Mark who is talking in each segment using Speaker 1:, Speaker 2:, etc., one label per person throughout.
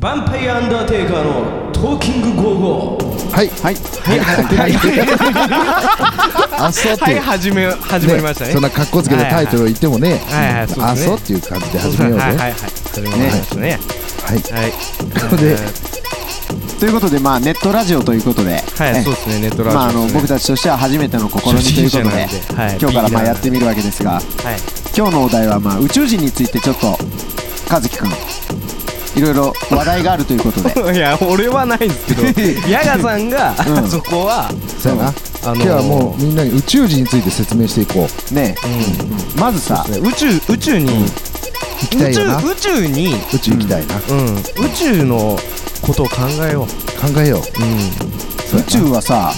Speaker 1: ヴァンパイアアンダーテイカーのトーキングゴーゴー
Speaker 2: はいはいはいはい あそうって
Speaker 3: はい始め始まりましたね
Speaker 2: そんな格好つけてタイトルを言ってもね
Speaker 3: はいはいそうですね
Speaker 2: あそうっていう感じで始めようぜは
Speaker 3: はいはいいはいそれもねそうですねはい
Speaker 2: こ で
Speaker 4: ということで、まあ、ネットラジオということで、
Speaker 3: はい
Speaker 4: ね
Speaker 3: そうですねネットラジオ
Speaker 4: まあ、あの
Speaker 3: ですね
Speaker 4: 僕たちとしては初めての試みということで
Speaker 3: 初心者なんではい
Speaker 4: 今日か
Speaker 3: ビ
Speaker 4: らまあ
Speaker 3: ギナー
Speaker 4: やってみるわけですが
Speaker 3: はい
Speaker 4: 今日のお題は、まあ、宇宙人についてちょっと和樹くんいろいろ話題があるということ で
Speaker 3: いや俺はないんですけど ヤガさんがそこは
Speaker 2: そうやな
Speaker 3: あの
Speaker 2: 今
Speaker 3: ー
Speaker 2: 日はもうみんなに宇宙人について説明していこう
Speaker 4: ねまずさ
Speaker 3: 宇宙宇宙に
Speaker 2: 行きた
Speaker 3: 宇
Speaker 2: い
Speaker 3: 宙
Speaker 2: よな
Speaker 3: 宇宙に
Speaker 2: 宇宙行きたいな
Speaker 3: うん宇宙のことを考えよ
Speaker 2: 考えよう
Speaker 3: ううん
Speaker 4: 宇宙はさ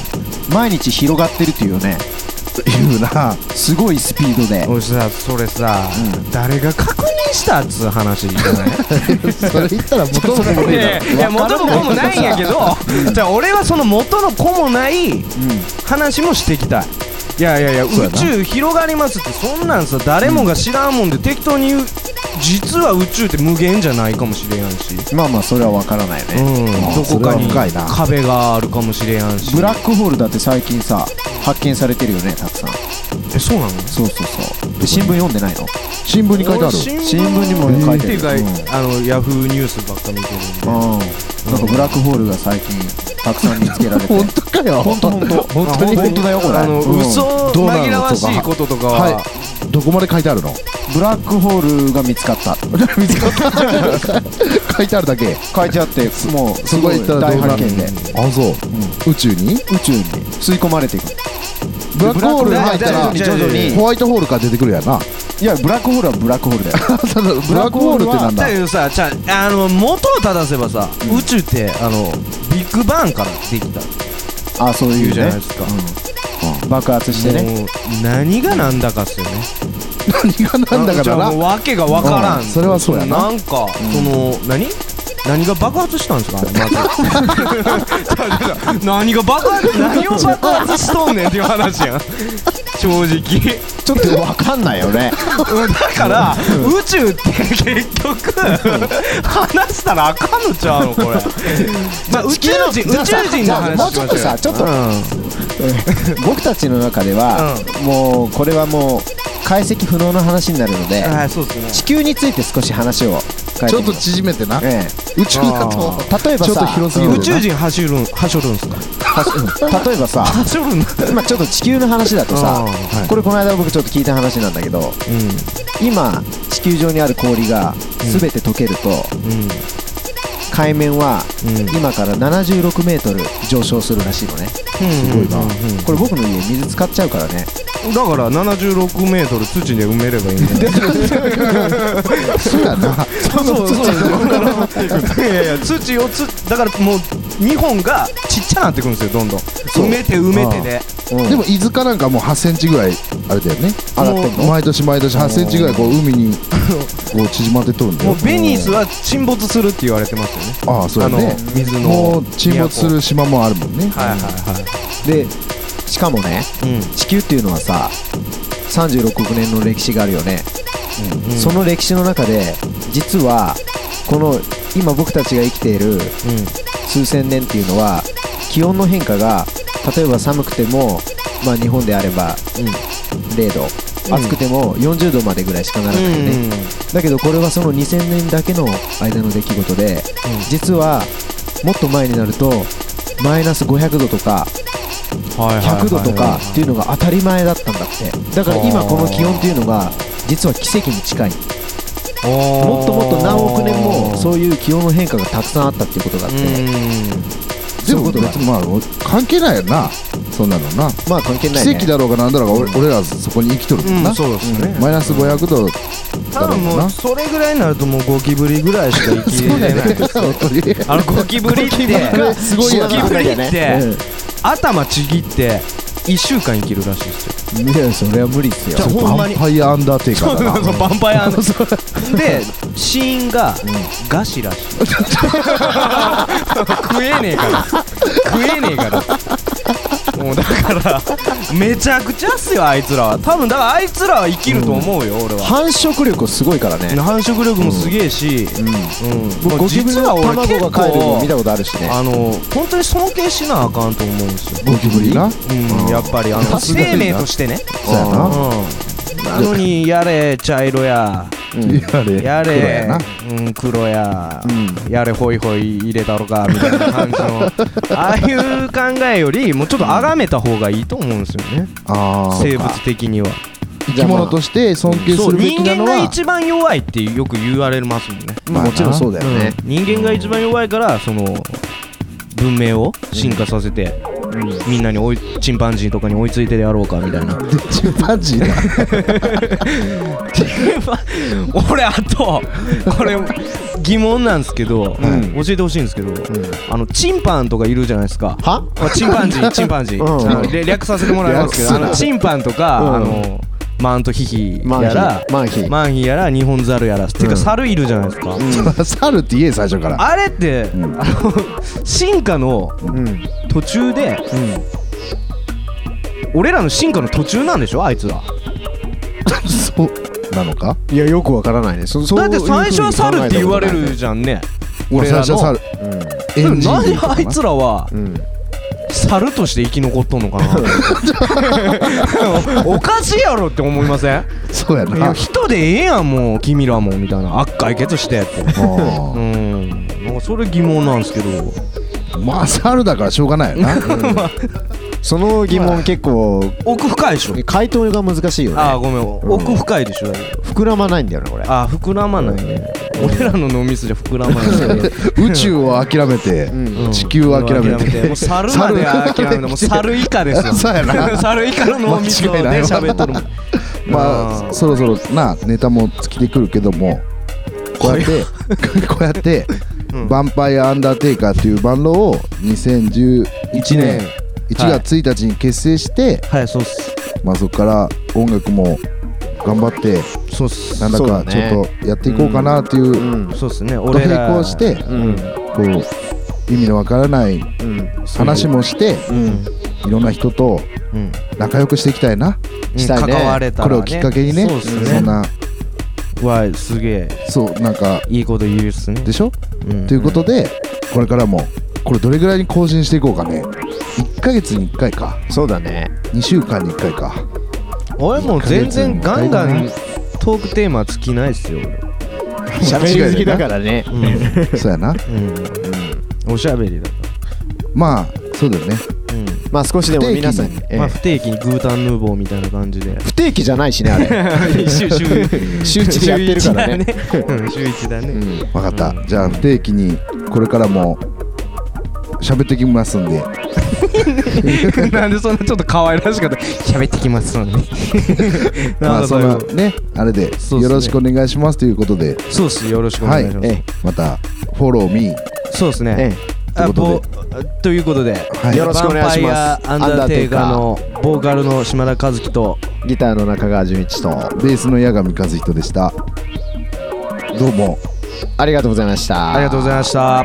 Speaker 4: 毎日広がってるっていうよね
Speaker 2: という な
Speaker 4: すごいスピードで
Speaker 3: 俺さそれさ誰が確認したっつう話じゃない
Speaker 2: それ言ったら元も子も
Speaker 3: い
Speaker 2: ね
Speaker 3: やいやいや元も子もないんやけどじゃあ俺はその元の子もない話もしていきたいいやいやいや宇
Speaker 2: そうやな
Speaker 3: 宙広がりますってそんなんさ誰もが知らんもんで適当に言う実は宇宙って無限じゃないかもしれやんし
Speaker 4: まあまあそれは分からないよ
Speaker 3: う
Speaker 4: ね
Speaker 3: んどこかに
Speaker 2: それは深いな
Speaker 3: 壁があるかもしれやんし
Speaker 4: ブラックホールだって最近さ発見されてるよねたくさん
Speaker 3: えそうなの
Speaker 4: そうそうそうで新聞読んでないの
Speaker 2: 新聞に書いてある
Speaker 3: 新
Speaker 4: 新聞にも書い
Speaker 3: って
Speaker 4: て
Speaker 3: いう
Speaker 4: る
Speaker 3: か、
Speaker 4: うん
Speaker 3: あのヤフーニュースばっか見てるんで
Speaker 4: うん、なんかブラックホールが最近たくさん見つけら れて
Speaker 2: 本当かよ
Speaker 4: 本当本当
Speaker 2: 本当に
Speaker 4: 本当だよこれ
Speaker 3: あの、
Speaker 2: うん
Speaker 3: 嘘
Speaker 2: どうなの
Speaker 3: 紛らわしいこととかは、
Speaker 2: はいどこまで書いてあるの
Speaker 4: ブラックホールが 見つかった
Speaker 2: 見つかった書いてあるだけ
Speaker 4: 書いてあってもうす
Speaker 2: そこ
Speaker 4: ご
Speaker 2: へ行
Speaker 4: い
Speaker 2: ったら
Speaker 4: 大
Speaker 2: どうな
Speaker 4: 発
Speaker 2: る
Speaker 4: 見で
Speaker 2: あそう宇宙に
Speaker 4: 宇宙に吸い込まれていく
Speaker 2: ブラックホールに入ったら
Speaker 4: ブラックホールに徐々
Speaker 2: ホワイトホールから出てくるやな
Speaker 4: にいやブラックホールはブラックホールだよ
Speaker 2: ただブラックホールってなんだ
Speaker 3: だけどさじゃああの元を正せばさ、宇宙ってあのビッグバンからできたって
Speaker 4: あ そう
Speaker 3: い
Speaker 4: いうう
Speaker 3: じゃ
Speaker 4: ね
Speaker 3: ないですか、
Speaker 4: 爆発してね
Speaker 3: もう何がなんだかっすよね
Speaker 2: 何がなんだ
Speaker 3: じ
Speaker 2: か
Speaker 3: ゃ
Speaker 2: ら
Speaker 3: あ
Speaker 2: な
Speaker 3: もう訳がわからん、
Speaker 2: うんそれはそうやなん
Speaker 3: か、その何何が爆発したんですかあれまず何が爆発何を爆発しとんねんっていう話やん正直
Speaker 4: ちょっと分かんないよ ね
Speaker 3: うんだから宇宙って結局話したらあかんのちゃうのこれまあ宇宙人宇宙人の話
Speaker 4: もうちょっとさちょっと 僕たちの中では、もうこれはもう解析不能の話になるので、
Speaker 3: はいそうですね
Speaker 4: 地球について少し話を変えてみよう
Speaker 2: ちょっと縮めてな
Speaker 4: え
Speaker 2: 宇宙だと
Speaker 4: え例えば
Speaker 2: ちょっと
Speaker 4: さ
Speaker 2: 広すぎる
Speaker 3: 宇宙人はしょるんはしょるんすか
Speaker 4: 例えばさ
Speaker 3: はしょるんだ
Speaker 4: 今ちょっと地球の話だとさ
Speaker 3: あー
Speaker 4: これこの間僕ちょっと聞いた話なんだけど
Speaker 3: う
Speaker 4: 今地球上にある氷が全て溶けると、
Speaker 3: んうん
Speaker 4: 海面は
Speaker 3: うん
Speaker 4: 今から7 6メートル上昇するらしいのね
Speaker 3: すごいな
Speaker 4: これ僕の家水使っちゃうからね
Speaker 3: だから76メートル土で埋めればいいんだよ
Speaker 2: そうやな
Speaker 3: そうそうそういやいや土をつだからもう日本がちっちゃなってくるんですよどんどん埋めて埋めてで
Speaker 2: でも伊豆かなんかもう8センチぐらいあれだよね
Speaker 4: 上がってんの
Speaker 2: 毎年毎年8センチぐらいこう海に こう縮まってっとるんだ
Speaker 3: も
Speaker 2: よ
Speaker 3: うベニスは沈没するって言われてますよね
Speaker 2: ああそうやね
Speaker 3: あの水の
Speaker 2: もう沈没する島もあるもんね
Speaker 3: はいはいは
Speaker 4: でしかもね
Speaker 3: いうん
Speaker 4: 地球っていうのはさ36億年の歴史があるよね、
Speaker 3: うん
Speaker 4: その歴史の中で実はこの今僕たちが生きている
Speaker 3: うん
Speaker 4: 数千年っていうのは気温の変化が例えば寒くても、まあ、日本であれば0度
Speaker 3: ん
Speaker 4: 暑くても40度までぐらいしかならないよね、だけどこれはその2000年だけの間の出来事で、実はもっと前になるとマイナス500度とか100度とかっていうのが当たり前だったんだってだから今この気温っていうのが実は奇跡に近いも
Speaker 3: も
Speaker 4: っともっと何億年も
Speaker 3: う
Speaker 4: そういう気温の変化がたくさんあったっていうことがあって、
Speaker 2: で
Speaker 4: そういう
Speaker 2: も
Speaker 4: こと
Speaker 2: 別
Speaker 4: だ
Speaker 2: にまあ関係ないよなそんなのな
Speaker 4: まあ関係ない
Speaker 2: 奇
Speaker 4: ね
Speaker 2: 跡だろうがなんだろうが俺俺らそこに生きとるもん
Speaker 3: う
Speaker 2: なん
Speaker 3: そうですね
Speaker 2: マイナス500度
Speaker 3: 多
Speaker 2: だろ
Speaker 3: 分
Speaker 2: う
Speaker 3: も
Speaker 2: な
Speaker 3: うそれぐらいになるともうゴキブリぐらいしか 生きれない
Speaker 2: 本当に
Speaker 3: あのゴキブリって
Speaker 2: すごい
Speaker 3: ゴ
Speaker 2: や
Speaker 3: キ
Speaker 2: な
Speaker 3: ブリっ
Speaker 4: う
Speaker 3: て
Speaker 4: ん
Speaker 3: 頭ちぎって1週間生きるらしいですよ
Speaker 4: いやそれは無理っすよ
Speaker 3: じゃあほんま
Speaker 2: バ
Speaker 3: に
Speaker 2: ンパイアアンダーテイカ
Speaker 3: そう
Speaker 2: ーだ
Speaker 3: そう
Speaker 2: な
Speaker 3: そうバンパイアので死因が餓死らしい食えねえから食えねえからもうもうだからめちゃくちゃっすよあいつらは多分だからあいつらは生きると思うよ、俺は
Speaker 4: 繁殖力すごいからね
Speaker 3: 繁殖力もすげえし、うん
Speaker 4: 僕ゴキブリ
Speaker 3: 実
Speaker 4: の
Speaker 3: は俺
Speaker 4: 卵
Speaker 3: 結構
Speaker 4: が帰るの見たことあるしね
Speaker 3: あの本当に尊敬しなあかんと思うんですよ、
Speaker 4: ゴキブリが
Speaker 3: うん、やっぱりあの
Speaker 4: さすがにな
Speaker 3: 生命としてね
Speaker 4: そうやな
Speaker 3: うんなのにやれ茶色や
Speaker 2: やれ
Speaker 3: や
Speaker 2: 黒や
Speaker 3: れ
Speaker 2: な
Speaker 3: うん、黒や、
Speaker 4: う
Speaker 3: やれホイホイ入れたろかみたいな感じのああいう考えよりもうちょっと崇めた方がいいと思うんですよね
Speaker 2: あー
Speaker 3: 生物的には
Speaker 2: 生き物として尊敬
Speaker 3: そ
Speaker 2: す
Speaker 3: う
Speaker 2: るべ
Speaker 3: 人
Speaker 2: きな
Speaker 3: 間
Speaker 2: の
Speaker 3: が
Speaker 2: は
Speaker 3: 一番弱いってよく言われますもんね
Speaker 4: まあもちろんそうだよね
Speaker 3: うん人間が一番弱いからその文明を進化させて、みんなに追いチンパンジーとかに追いついてやろうかみた いな
Speaker 2: チ ンパンジーだ
Speaker 3: 俺あとこれ疑問なんですけど、
Speaker 2: ん
Speaker 3: 教えてほしいんですけど、あのチンパンとかいるじゃないですか
Speaker 2: は
Speaker 3: まあチンパンジーチンパンジー、
Speaker 4: うん
Speaker 3: あのれ略させてもらいますけど
Speaker 2: 略
Speaker 3: あ
Speaker 2: すな
Speaker 3: のチンパンとか、
Speaker 4: うん
Speaker 3: あのマントヒヒ
Speaker 4: マン
Speaker 3: やら
Speaker 4: ヒマンヒ
Speaker 3: マンヒやらニホンザルやらてか猿いるじゃないですか、
Speaker 2: 猿って言え最初から
Speaker 3: あれって、あの進化の
Speaker 4: うん
Speaker 3: 途中で、俺らの進化の途中なんでしょあいつら
Speaker 2: そうなのか
Speaker 4: いやよくわからないねそそう
Speaker 3: だって最初は猿って言われ
Speaker 4: いう
Speaker 3: るじゃんね
Speaker 2: 俺
Speaker 3: 俺ら
Speaker 2: 最
Speaker 3: の
Speaker 2: 初は猿
Speaker 3: でも
Speaker 2: エンジン
Speaker 3: な
Speaker 2: って
Speaker 3: ん
Speaker 2: いう
Speaker 3: で
Speaker 2: のかな
Speaker 3: あいつらは、猿として生き残っとんのかなおかしいやろって思いません
Speaker 2: そうや
Speaker 3: いや
Speaker 2: な
Speaker 3: 人でええやんもう君らもみたいなあっ解決してって
Speaker 2: あ
Speaker 3: うんなんかそれ疑問なんですけど
Speaker 2: ーまあ猿だからしょうがないよな
Speaker 4: その疑問結構
Speaker 3: 奥深いでしょ
Speaker 4: 回答が難しいよ
Speaker 3: ああ
Speaker 4: ね
Speaker 3: ごめん奥深いでしょ
Speaker 4: 膨らまないんだよねこれ
Speaker 3: ああ膨らまないね俺らの脳みそじゃ膨らまないね
Speaker 2: 宇宙を諦めて地球を諦め
Speaker 3: もう
Speaker 2: て
Speaker 3: 猿まで諦めてもう猿以下です よ
Speaker 2: そうやな
Speaker 3: 猿以下の脳みそで
Speaker 2: 間違いないわ
Speaker 3: 喋っとるもん
Speaker 2: ま
Speaker 3: う
Speaker 2: あ
Speaker 3: ん
Speaker 2: そろそろなネタも尽きてくるけどもこうやって こうやって「ヴァンパイア・アンダーテイカー」っていうバンドを2011年1月1日に結成して、
Speaker 3: はいそうっす
Speaker 2: まあそこから音楽も頑張って
Speaker 3: そうっす
Speaker 2: なんだ
Speaker 4: そうだ
Speaker 2: かち
Speaker 4: ね
Speaker 2: ょっとやっていこうかなっていう
Speaker 3: そうっすね
Speaker 2: こと
Speaker 3: 俺
Speaker 2: 並
Speaker 3: ら
Speaker 2: 行して
Speaker 4: うん
Speaker 2: こう意味のわからない話もして
Speaker 4: うん
Speaker 2: いろんな人と
Speaker 3: うん
Speaker 2: 仲良くしていきたいな
Speaker 4: したいね
Speaker 3: 関われたら
Speaker 2: こ
Speaker 3: ね
Speaker 2: れをきっかけにね
Speaker 3: そうっす
Speaker 2: そん
Speaker 3: ね
Speaker 2: な
Speaker 3: わいすげえ
Speaker 2: そうなんか
Speaker 3: いいこと言うっすね
Speaker 2: でしょ
Speaker 3: うん
Speaker 2: ということでこれからもこれどれぐらいに更新していこうかね1ヶ月に1回か
Speaker 4: そうだね
Speaker 2: 2週間に1回 か
Speaker 3: 俺もう全然ガンガントークテーマ尽きないっすよ俺
Speaker 4: 喋り好きだからね
Speaker 2: そうやな
Speaker 3: おしゃべりだか
Speaker 2: まあそうだよね
Speaker 3: らうん
Speaker 4: まあ少しでも皆さんにえ
Speaker 3: まあ
Speaker 4: え
Speaker 3: 不定期にグータンヌーボーみたいな感 じで
Speaker 4: 不定期じゃないし ねあれ
Speaker 3: 週 週
Speaker 4: 週一でやってるから ね
Speaker 3: うん週一だね、
Speaker 2: わかった、じゃあ不定期にこれからも喋ってきますんで
Speaker 3: なんでそんなちょっと可愛らしかった喋ってきますので
Speaker 2: まあそんなねあれで
Speaker 3: そうっすね
Speaker 2: よろしくお願いしますということで
Speaker 3: そうっすよろしくお
Speaker 2: は
Speaker 3: 願い
Speaker 2: い
Speaker 3: します、
Speaker 2: ええまたフォローミー
Speaker 3: そうっす
Speaker 4: え
Speaker 3: ね、あ
Speaker 2: というこ
Speaker 3: ぼということで、
Speaker 2: はい
Speaker 4: よろしくお願いしま
Speaker 3: ヴァン
Speaker 4: す
Speaker 3: パイアアンダーテイカーのボーカルの島田和樹と
Speaker 4: えギターの中川純一と
Speaker 2: ベースの矢上和人でしたどうも
Speaker 4: ありがとうございました
Speaker 3: ありがとうございました